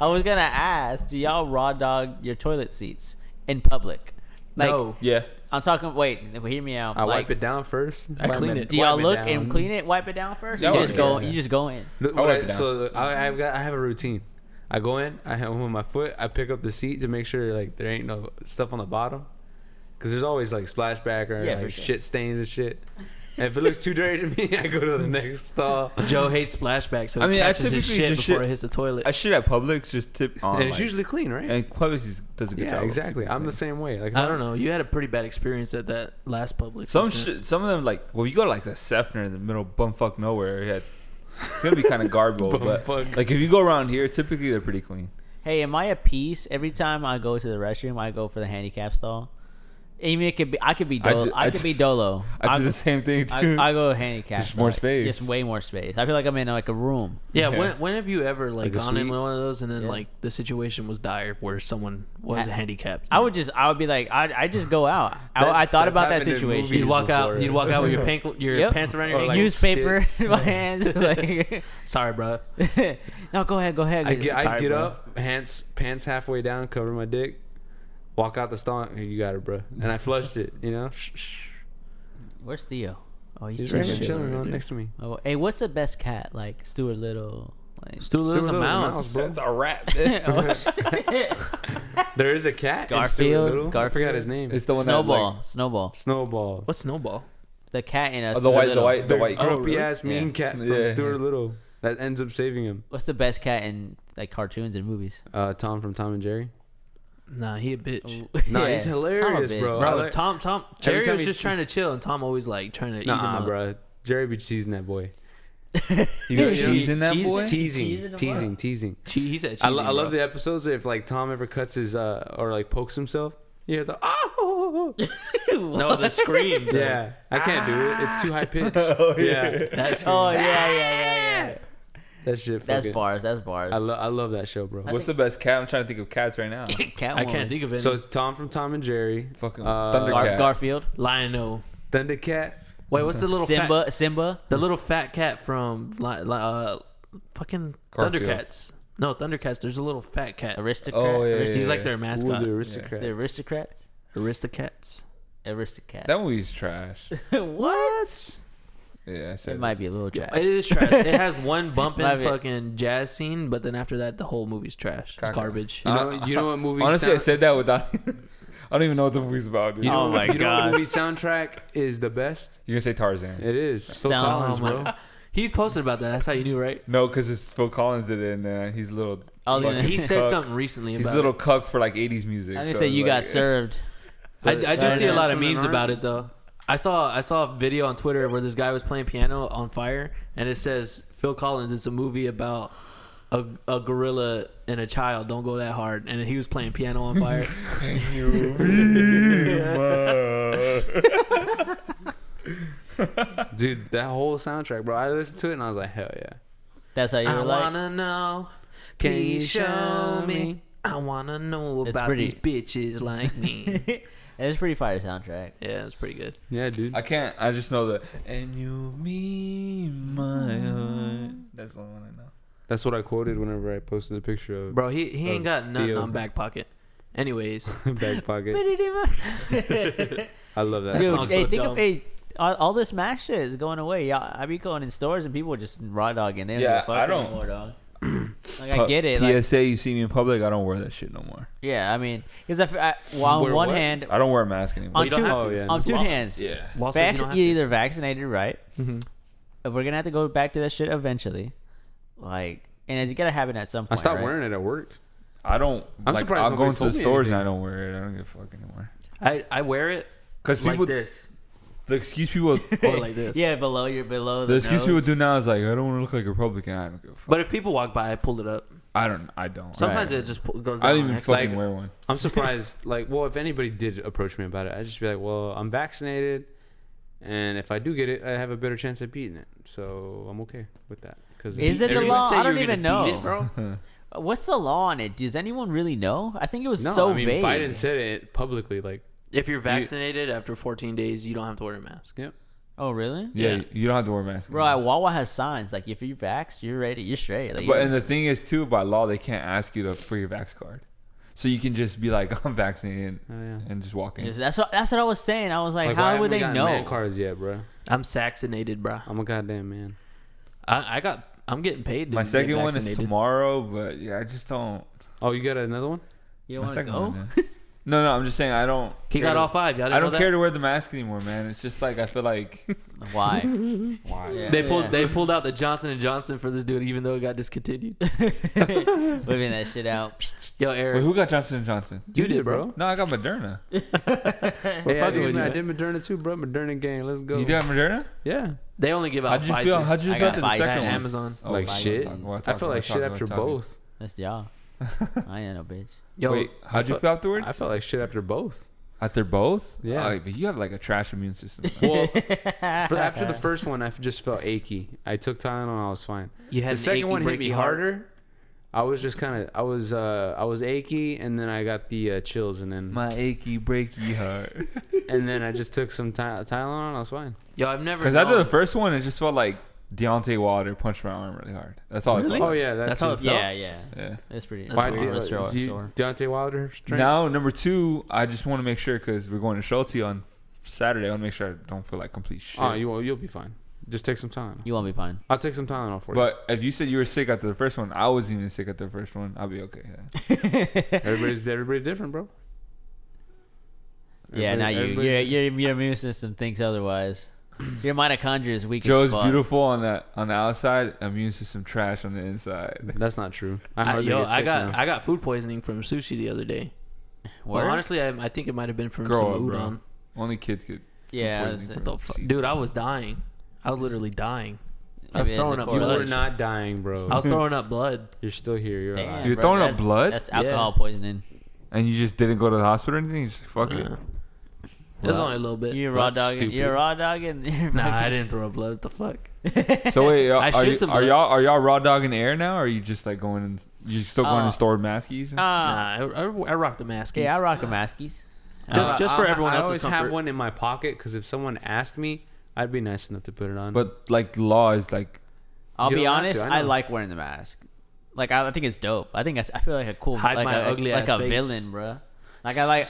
I was gonna ask, do y'all raw dog your toilet seats in public? Like, no, Yeah. I'm talking. Wait, hear me out. I like, wipe it down first. I Wipe clean it- it. Do y'all wipe it look down. and clean it, wipe it down first? Yeah, you I just would, go. yeah, You yeah. just go in. Look, I what wipe I- it down. so I, I've got I have a routine. I go in, I have with my foot, I pick up the seat to make sure like there ain't no stuff on the bottom, because there's always like splashback or Yeah, for like sure. shit stains and shit. And if it looks too dirty to me, I go to the next stall. Joe hates splashbacks, so I he mean, I catches his typically shit before just shit- it hits the toilet. I shit at Publix, just tip on. and it's like- usually clean, right? And Publix is- does a good yeah, job. of exactly. keeping I'm the clean. same way. Like I don't know. You had a pretty bad experience at that last public. Some incident. shit, some of them like, well, you go to like the Sefner in the middle of bumfuck nowhere. Yeah, it's gonna be kind of garbled, but Bumfuck. like if you go around here, typically they're pretty clean. Hey, am I a piece? Every time I go to the restroom, I go for the handicap stall. Even it could be. I could be. I Dolo, do- I, I could do- be dolo. I do I'm- the same thing too. I, I go handicap. Just more Like, space. Just way more space. I feel like I'm in like a room. Yeah, Yeah. When, when have you ever Like like, a gone in suite? one of those and then Yeah. like the situation was dire where someone was I- handicapped? I would just, I would be like, I, I just go out. I, I That's- thought that's about that happened in situation. movies you'd walk before. out. You'd walk out with your pank, your Yep. pants Or, around your like, ankles. newspaper sticks. in my hands. like, Sorry, bro. no, go ahead, go ahead. I get, I Sorry, get bro. up, pants pants halfway down, cover my dick, walk out the stall. Here, you got it, bro. And I flushed it. You know, Where's Theo? Oh, he's he's chilling. right here chilling right on there. next to me. Oh, hey, what's the best cat? Like Stuart Little. Like, Stu Little's a Little's a mouse. mouse, bro. That's a wrap. oh, shit. There is a cat. in Stuart Garfield? Little. I Garfield? forgot his name. it's the one Snowball. that Snowball. Snowball. What's Snowball? The cat in us. Oh, the white- the white- the white- grumpy Oh, really? ass mean Yeah. cat from Yeah. Stuart Little that ends up saving him. What's the best cat in like cartoons and movies? Uh, Tom from Tom and Jerry. Oh, Nah, he a bitch. Nah, Yeah. he's Tom a hilarious, bitch. bro. Bro, I like- Tom, Tom, Jerry time was he- just trying to chill, and Tom always like trying to eat him Nah, up. bro. Jerry be cheesing that boy. like, you know, he's in that Cheese- boy. cheese- Teasing, him teasing, up. teasing. Che- he said, I, lo- cheesy, I love bro. the episodes if like Tom ever cuts his uh or like pokes himself. You hear the oh No, the scream. bro. yeah. I can't do it. It's too high pitched. yeah. That's Oh yeah, yeah, yeah, yeah. That shit. That's fucking- bars. That's bars. I love I love that show, bro. What's the best cat? I'm trying to think of cats right now. Catwoman. I can't think of it. So it's Tom from Tom and Jerry. Fucking Uh, Gar- Thundercat. Garfield. Lionel. Thundercat. Wait, what's the little Simba. Fat, Simba. the little fat cat from li- li- uh, fucking Garfield. Thundercats? No, Thundercats. There's a little fat cat. Aristocrat. Oh, yeah, Aristo- yeah, He's like their Ooh, mascot. the aristocrat. The aristocrats. Aristocats. Aristocrats. that movie's trash. what? Yeah, I said. It might be a little trash. It is trash. it has one bump in Love it. fucking jazz scene, but then after that, the whole movie's trash. It's Caca. garbage. You know, you know what movie? Honestly, I sound- said that without. I don't even know what the movie's about. Dude. you know, Oh my you know what God. movie soundtrack is the best? You're gonna say Tarzan? It is. Phil Sound- Collins, oh my- bro. He posted about that. That's how you knew, right? No, because it's Phil Collins did it, and uh, he's a little. I was gonna- fucking He said cuck. something recently about. He's a little cuck for like '80s music. I'm gonna so say you like- got served. it. I, I do That see a is lot of something memes that about aren't- it though. I saw I saw a video on Twitter where this guy was playing piano on fire, and it says Phil Collins. It's a movie about a, a gorilla and a child. Don't go that hard. And he was playing piano on fire. Dude, that whole soundtrack, bro. I listened to it and I was like, hell yeah. That's how you I were like. wanna know. Can you Please show show me. I wanna know It's about pretty- these bitches like me. It's pretty fire soundtrack. yeah, it's pretty good. Yeah, dude. I can't. I just know that. And you mean my heart. That's the only one I know. That's what I quoted whenever I posted the picture of Bro, he, he ain't Oh, got nothing Theo. on back pocket. Anyways, back pocket. Dude, I love that. Dude, song. song's hey, so think dumb. of hey, all, all this mash shit is going away. Yeah, I be going in stores and people are just raw dogging. They don't Yeah, give a fuck I don't- anymore, dog. Like I get it. Like, PSA, you see me in public, I don't wear that shit no more. yeah, I mean, because I, f- I- well, on Wear one what? hand, I don't wear a mask anymore. on you two, don't have to. Oh, yeah. on two Law- hands, yeah. Law says Vac- you don't have you're to. either vaccinated, right? If we're gonna have to go back to that shit eventually, like, and it's gotta happen at some I point. stopped right? wearing it at work. I don't. I'm like, surprised I'll go nobody into the told me stores and I anything. don't wear it. I don't give a fuck anymore. I, I wear it Because like people, this the excuse people, or like this. Yeah, below your below the, the excuse people nose. do now is like, I don't want to look like a Republican. I don't give a fuck. But if people walk by, I pull it up. I don't. I don't. Sometimes Right. it just pull, goes down. I don't even next- fucking Like- wear one. I'm surprised. like, well, if anybody did approach me about it, I'd just be like, well, I'm vaccinated, and if I do get it, I have a better chance at beating it. So I'm okay with that. Because Is it the Everyone law? say I you don't were even gonna beat know. it, bro. What's the law on it? Does anyone really know? I think it was No, so I mean vague. Biden said it publicly. Like, If you're vaccinated after 14 days, you don't have to wear a mask. yep. oh, really? Yeah, Yeah. you don't have to wear a mask. Bro, anymore. at Wawa has signs like if you're vaxxed, you're ready, you're straight. Like, But you- and the thing is too, by law, they can't ask you to for your vax card, so you can just be like, I'm vaccinated, Oh, yeah. and just walk in. that's what that's what I was saying. I was like, Like, why how haven't would we they gotten know? Man cards yet, bro. I'm vaccinated, bro. I'm a goddamn man. I, I got. I'm getting paid. To My get second one is vaccinated. tomorrow, but yeah, I just don't. Oh, you got another one? You My don't want to second go? one, yeah. No, no, I'm just saying I don't. He care got to- all five. Y'all didn't I don't know care that? to wear the mask anymore, man. It's just like I feel like Why? why? Yeah. They pulled. They pulled out the Johnson and Johnson for this dude, even though it got discontinued. Whipping that shit out. Yo, Wait, Eric, who got Johnson and Johnson? you did, bro. No, I got Moderna. We're Hey, I, did, fucking with you, I man. did Moderna too, bro. Moderna gang, let's go. You got Moderna? yeah. They only give out How'd you Pfizer. feel? How'd you I feel got after the Pfizer. second one? Amazon. Oh, like we're shit. talking, we're I felt talking, like we're shit talking, after we're talking. both. That's y'all. I ain't no bitch. Yo, Wait, I how'd you felt- feel afterwards? I felt like shit after both. after both? Yeah. Oh, but you have like a trash immune system. Well, for, after the first one, I just felt achy. I took Tylenol, I was fine. you had the an second achy, one hit me breaky heart. harder. I was just kind of, I was, uh, I was achy, and then I got the uh, chills, and then, My achy breaky heart. and then I just took some ty- Tylenol, and I was fine. Yo, I've never. Because after known- the first one, it just felt like Deontay Wilder punched my arm really hard. That's all. Really? I Oh felt. yeah, that That's too. how it felt. Yeah, yeah. Yeah. That's pretty. That's Why That's weird. did- weird. Let's throw is it he- sore. Deontay Wilder strength? Now number two, I just want to make sure because we're going to Schulte on Saturday. I want to make sure I don't feel like complete shit. Oh, you will. You'll be fine. Just take some time. You won't be fine. I'll take some Tylenol for but if you said you were sick after the first one, I wasn't even sick after the first one. I'll be okay. Yeah. you. Everybody's everybody's different, bro. Yeah, now Everybody- you everybody's your, your your immune system thinks otherwise. Your mitochondria is weak. Joe's as fuck. beautiful on the on the outside, immune system trash on the inside. different. That's not true. I, hardly yo, get I sick got now. I got food poisoning from sushi the other day. Well, Word? honestly, I, I think it might have been from Grow some up, bro. udon. Only kids get. yeah. poisoning it's- from- What the fuck? dude? I was dying. I was literally dying. I was Maybe that's throwing a up You correlation. blood. were not dying, bro. I was throwing up blood. You're still here. You're Damn, alive. You're bro, throwing up that- blood? That's Yeah. alcohol poisoning. And you just didn't go to the hospital or anything. You just fuck Uh, it. it was Wow. only a little bit. You're raw That's dog. stupid. You're raw dogging. You're nah, I fucking- didn't throw up blood. What the fuck? So wait, I are, are, shoot you, some are blood. y'all are y'all raw dogging the air now, or are you just like going and you still going Uh, to store maskies? and Uh, stuff? nah, I, I, I rocked the mask. yeah, I rock a maskies. Just- Uh, just for I- everyone I else's always have comfort. one in my pocket because if someone asked me, I'd be nice enough to put it on. but like law is like I'll You be don't have honest. to, I I, know. like wearing the mask. Like I, I think it's dope. I think I, s- I feel like a cool, Hide like my a, ugly like ass a face. villain, bruh. Like I like,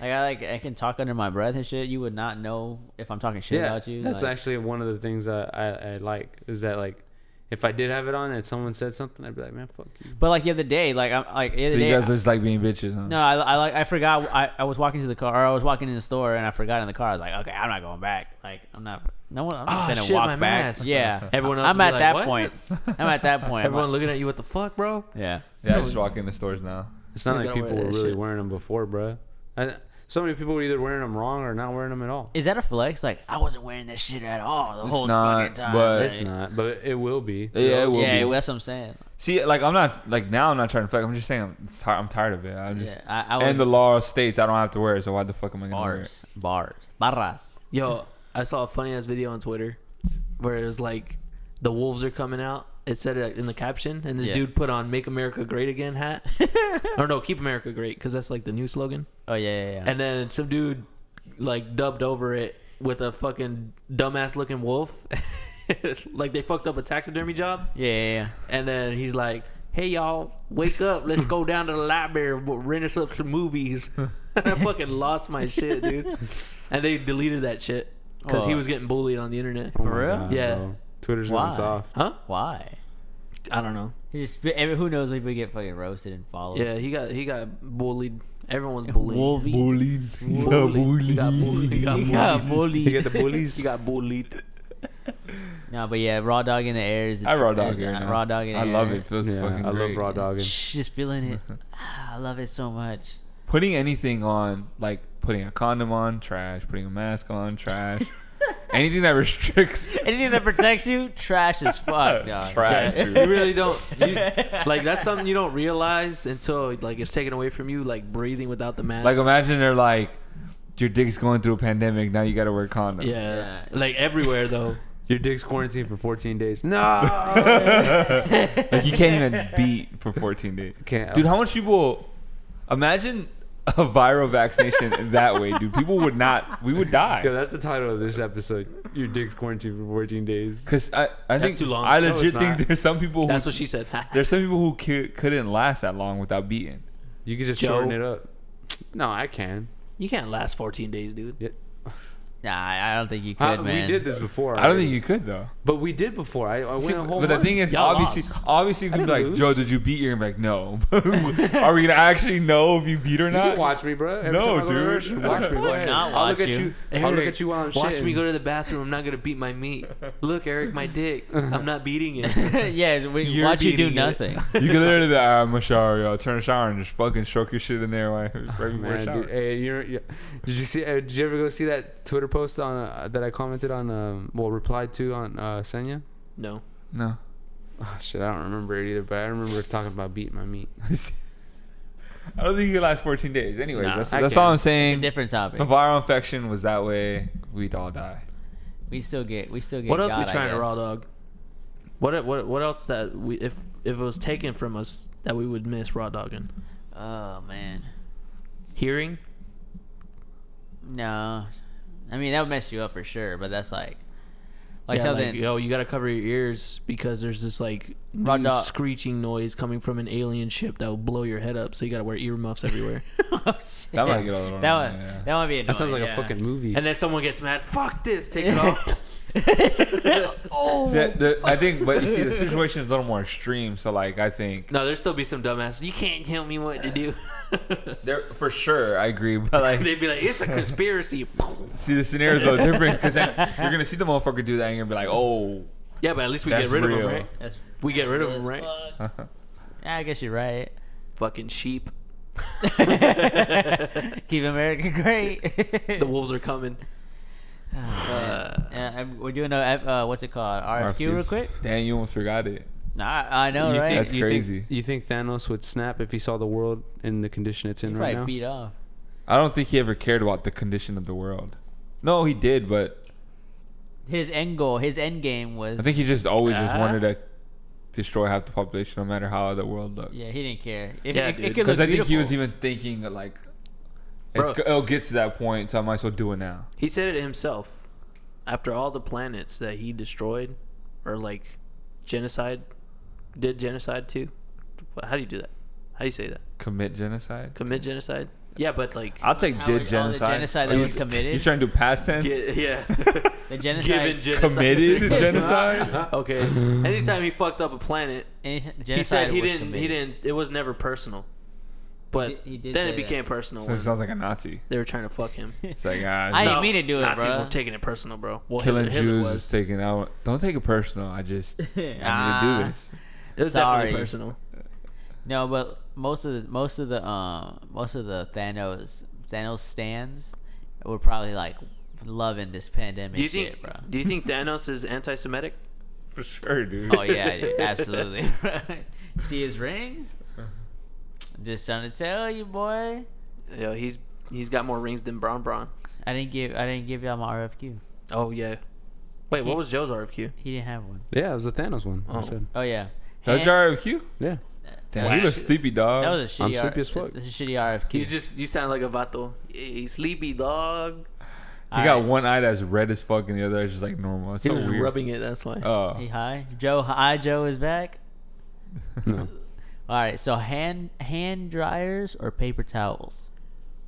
like I like, I can talk under my breath and shit. You would not know if I'm talking shit about you. That's like, actually one of the things I, I, I like is that like if I did have it on and someone said something, I'd be like, man, fuck you. But like the other day, like I'm like the other so. day, You guys just like being bitches, huh? No, I, I like I forgot. I, I was walking to the car. Or I was walking in the store and I forgot in the car. I was like, okay, I'm not going back. Like I'm not. No one. I'm not Oh, gonna shit, walk my back. mask. Yeah. Everyone else I'm would be at like, that "What?" point. I'm at that point. I'm Everyone like- looking at you. What the fuck, bro? yeah. yeah, I just walk into stores now. It's not You like gotta wear people were that really shit. wearing them before, bro. I, so many people were either wearing them wrong or not wearing them at all. Is that a flex? Like I wasn't wearing this shit at all the It's whole not, fucking time. but- Like, It's not, but it will be. Yeah, it will yeah, be. that's what I'm saying. See, like I'm not like now I'm not trying to flex. I'm just saying I'm, ti- I'm tired of it. I'm just Yeah, I, I was and the law states I don't have to wear it, so why the fuck am I gonna wear it? bars, bars, barras. Yo, I saw a funny ass video on Twitter where it was like the wolves are coming out. It said it in the caption, and this Yeah. dude put on "Make America Great Again" hat, or no, "Keep America Great" because that's like the new slogan. Oh yeah, yeah, yeah. And then some dude like dubbed over it with a fucking dumbass looking wolf, like they fucked up a taxidermy job. yeah, yeah, yeah. And then he's like, "Hey y'all, wake up! Let's go down to the library, we'll rent us up some movies." and I fucking lost my shit, dude. And they deleted that shit because he Oh. was getting bullied on the internet. my For real? God, Yeah. bro. Twitter's Why? going soft. Huh? Why? I don't know. He Just every, who knows? Maybe we get fucking roasted and followed. Yeah, he got he got bullied. Everyone was bullied. Wolvie. Bullied. He got bullied. He got You bullied. got You get bullied. the bullies. He got bullied. No, but yeah, raw dog in the air is. I raw dog is- here. uh, now. Raw dog in the I air. love it. Feels yeah, fucking. I love great. raw dogging. Shh, Just feeling it. Ah, I love it so much. putting anything on, like putting a condom on, trash. Putting a mask on, trash. anything that restricts, Anything that protects you, trash as fuck, dog. trash. Yeah, dude. you really don't. You, like that's something you don't realize until like it's taken away from you. Like breathing without the mask. Like imagine they're like, your dick's going through a pandemic. Now you got to wear condoms. yeah. Yeah. like everywhere though. Your dick's quarantined for 14 days. No. Like you can't even beat for 14 days. Can't. Dude, how much people? Imagine a viral vaccination that way, dude. People would not. We would Yo, die. that's the title of this episode. Your dick's quarantined for 14 days. Because I, I think too long. I No, legit it's think not. there's some people. Who, That's what she said. there's some people who cou- couldn't last that long without beating. You could just Joe. shorten it up. No, I can. you can't last 14 days, dude. Nah, I I don't think you could, Huh, man. we did this before. I don't think already. you could though. But we did before. I, I went See, a but whole the month. thing is, Y'all obviously, lost. obviously, you I could be like, didn't Joe, lose. did you beat? You're gonna be like, no. Are we gonna actually know if you beat or you not? can watch me, bro. Every time I No, go to the dude. restroom, Watch me. Go ahead. not I'll look watch at you? you. I'll look Eric, at you while I'm Watch shitting. me go to the bathroom. I'm not gonna beat my meat. Look, Eric, my dick. I'm not beating it. yeah, we You're watch you do beating it. nothing. You can literally be like, "Ah, I'm gonna shower, y'all. Turn a shower and just fucking stroke your shit in there right before Oh, Man, you shower. dude, hey, you're, you did you see? Uh, did you ever go see that Twitter post on uh, that I commented on? Um, well, replied to on uh, Senya. No. No. Oh, shit, I don't remember it either, but I remember talking about beating my meat. I don't think you could last 14 days. Anyways, Nah, that's, I that's all can't. I'm saying. If Different topic. a viral infection was that way, we'd all die. We still get. We still get. What else got, we trying to I raw guess. dog? What what what else that we if if it was taken from us that we would miss raw dogging? Oh man, Hearing? no. I mean that would mess you up for sure, but that's like, Like yeah, something. like, yo, you gotta cover your ears because there's this like Raw new dog. screeching noise coming from an alien ship that will blow your head up. So you gotta wear earmuffs everywhere. oh, shit. That might get a little That annoying, one. yeah. That might be. Annoying, That sounds like yeah. a fucking movie. and then someone gets mad. Fuck this. Takes it off. Oh, See, the- I think, but you see, the situation is a little more extreme. So, like, I think No, there'll still be some dumbass. You can't tell me what to do. there for sure, I agree. But like, They'd be like, it's a conspiracy. see, the scenario's a little different because you're gonna see the motherfucker do that, and you're gonna be like, oh, yeah, but at least we that's get rid real. of them, right? That's- We get rid of that's them, right? fucked. yeah, I guess you're right. Fucking sheep. Keep America great. The wolves are coming. Uh, Yeah, I'm- we're doing a F- uh, what's it called RFQ, real RFQs. quick. Damn, you almost forgot it. Nah, I know, You right? think- That's you think- crazy. you think Thanos would snap if he saw the world in the condition it's in He'd right probably beat now? off. I don't think he ever cared about the condition of the world. No, he did, but His end goal, his end game was. I think he just always just Ah. wanted to destroy half the population, no matter how the world looked. yeah, he didn't care. If, Yeah, it, it dude. could Because look I think he beautiful. was even thinking like, it's, Bro. go- it'll get to that point, so I might as well do it now. he said it himself. After all the planets that he destroyed, or like genocide, did genocide too? How do you do that? How do you say that? Commit genocide. Commit genocide? Yeah, but like. I'll take How was- all did the genocide. genocide Are that you- was committed? You trying to do past tense? Ge- yeah. the genocide. Given genocide. committed genocide? Okay. Anytime he fucked up a planet, any- genocide he said he was didn't. He committed. didn't. It was never personal. But did- he did then say it became personal. so it when sounds like a Nazi. they were trying to fuck him. It's like ah, I no. didn't mean to do it, Nazis bro. were taking it personal, bro. Well, killing Hitler, Hitler Jews is was. taken out. Don't take it personal. I just I need to Ah. do this. It was Sorry. definitely personal. No, but most of the most of the um most of the Thanos Thanos stands were probably like loving this pandemic Do you shit, think? bro. Do you think Thanos is anti-Semitic? For sure, dude. Oh yeah, dude, absolutely. you see his rings? Uh-huh. Just trying to tell you, boy. Yo, he's he's got more rings than Braun Braun. I didn't give I didn't give y'all my RFQ. Oh yeah. Wait, He- what was Joe's RFQ? He didn't have one. yeah, it was the Thanos one. I Oh. said. Oh yeah. That's Hand- your RFQ. Yeah. Damn, you look sleepy, dog. That was a shitty. I'm R- sleepy as fuck. This is a shitty RFQ. You just you sound like a vato. Hey, sleepy dog. he All got right. one eye that's red as fuck, and the other is just like normal. It's He so was weird. rubbing it. That's why. Oh, Hey, hi, Joe. Hi, Joe is back. No. All right. So hand hand dryers or paper towels?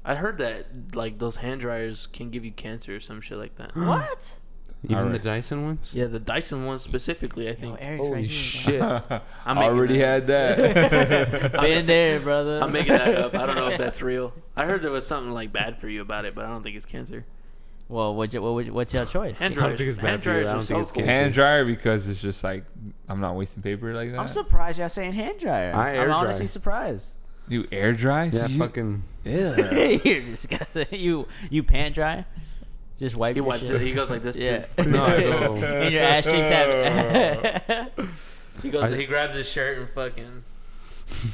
I heard that like those hand dryers can give you cancer or some shit like that. what? Even the Alright. Dyson ones? yeah, the Dyson one specifically. I think. Oh, Eric's Holy right here. shit. i making already had that. Been there, brother. I'm making that up. I don't know if that's real. I heard there was something like bad for you about it, but I don't think it's cancer. Well, what, what, what, what's your choice? Hand I don't dryers. think it's Hand bad for you. I dryers don't are think so it's cool. cancer. Hand dryer because it's just like I'm not wasting paper like that. I'm surprised y'all saying hand dryer. I I'm air honestly dry. surprised. You air dry? Yeah, So you- fucking. Yeah. You're disgusting. You you pant dry. Just wipe He your wipes shit. it. He goes like this. Yeah. Too. No, I go. and your ass cheeks have. He goes. I- he grabs his shirt and fucking.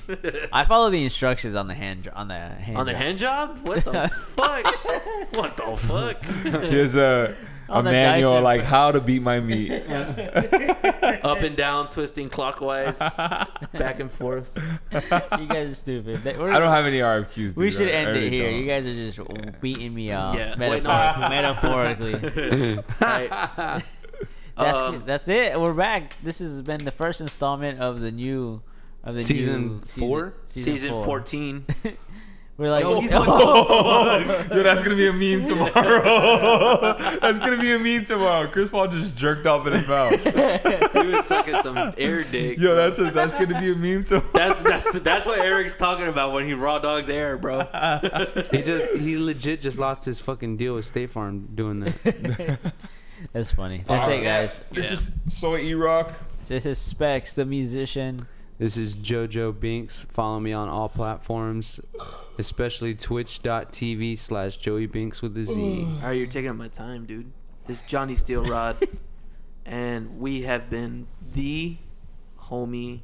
I follow the instructions on the hand on the hand. On the dry- hand job? What the fuck? What the fuck? Here's a, a On the manual Dyson. like how to beat my meat. Up and down, twisting clockwise, back and forth. You guys are stupid. They- we're- I don't have any RFQs. we dude. should I- I end really it here. don't. You guys are just beating me up. Yeah. Wait, no. Oh, metaphor- metaphorically. Right. That's Um, that's it. We're back. This has been the first installment of the new of the Season new four? Season, Season 14. We're like, Yo, he's oh, on the- Yo, that's gonna be a meme tomorrow. that's gonna be a meme tomorrow. Chris Paul just jerked off in his mouth. He was sucking some air dick. Yo, that's a, that's gonna be a meme tomorrow. That's that's that's what Eric's talking about when he raw dogs air, bro. He just he legit just lost his fucking deal with State Farm doing that. that's funny. That's Alright. it, guys. This is Soy E Rock. This is Specs, the musician. This is JoJo Binks. Follow me on all platforms, especially twitch.tv slash Joey Binks with a Z. All right, you're taking up my time, dude. It's Johnny Steel Rod, and we have been the homie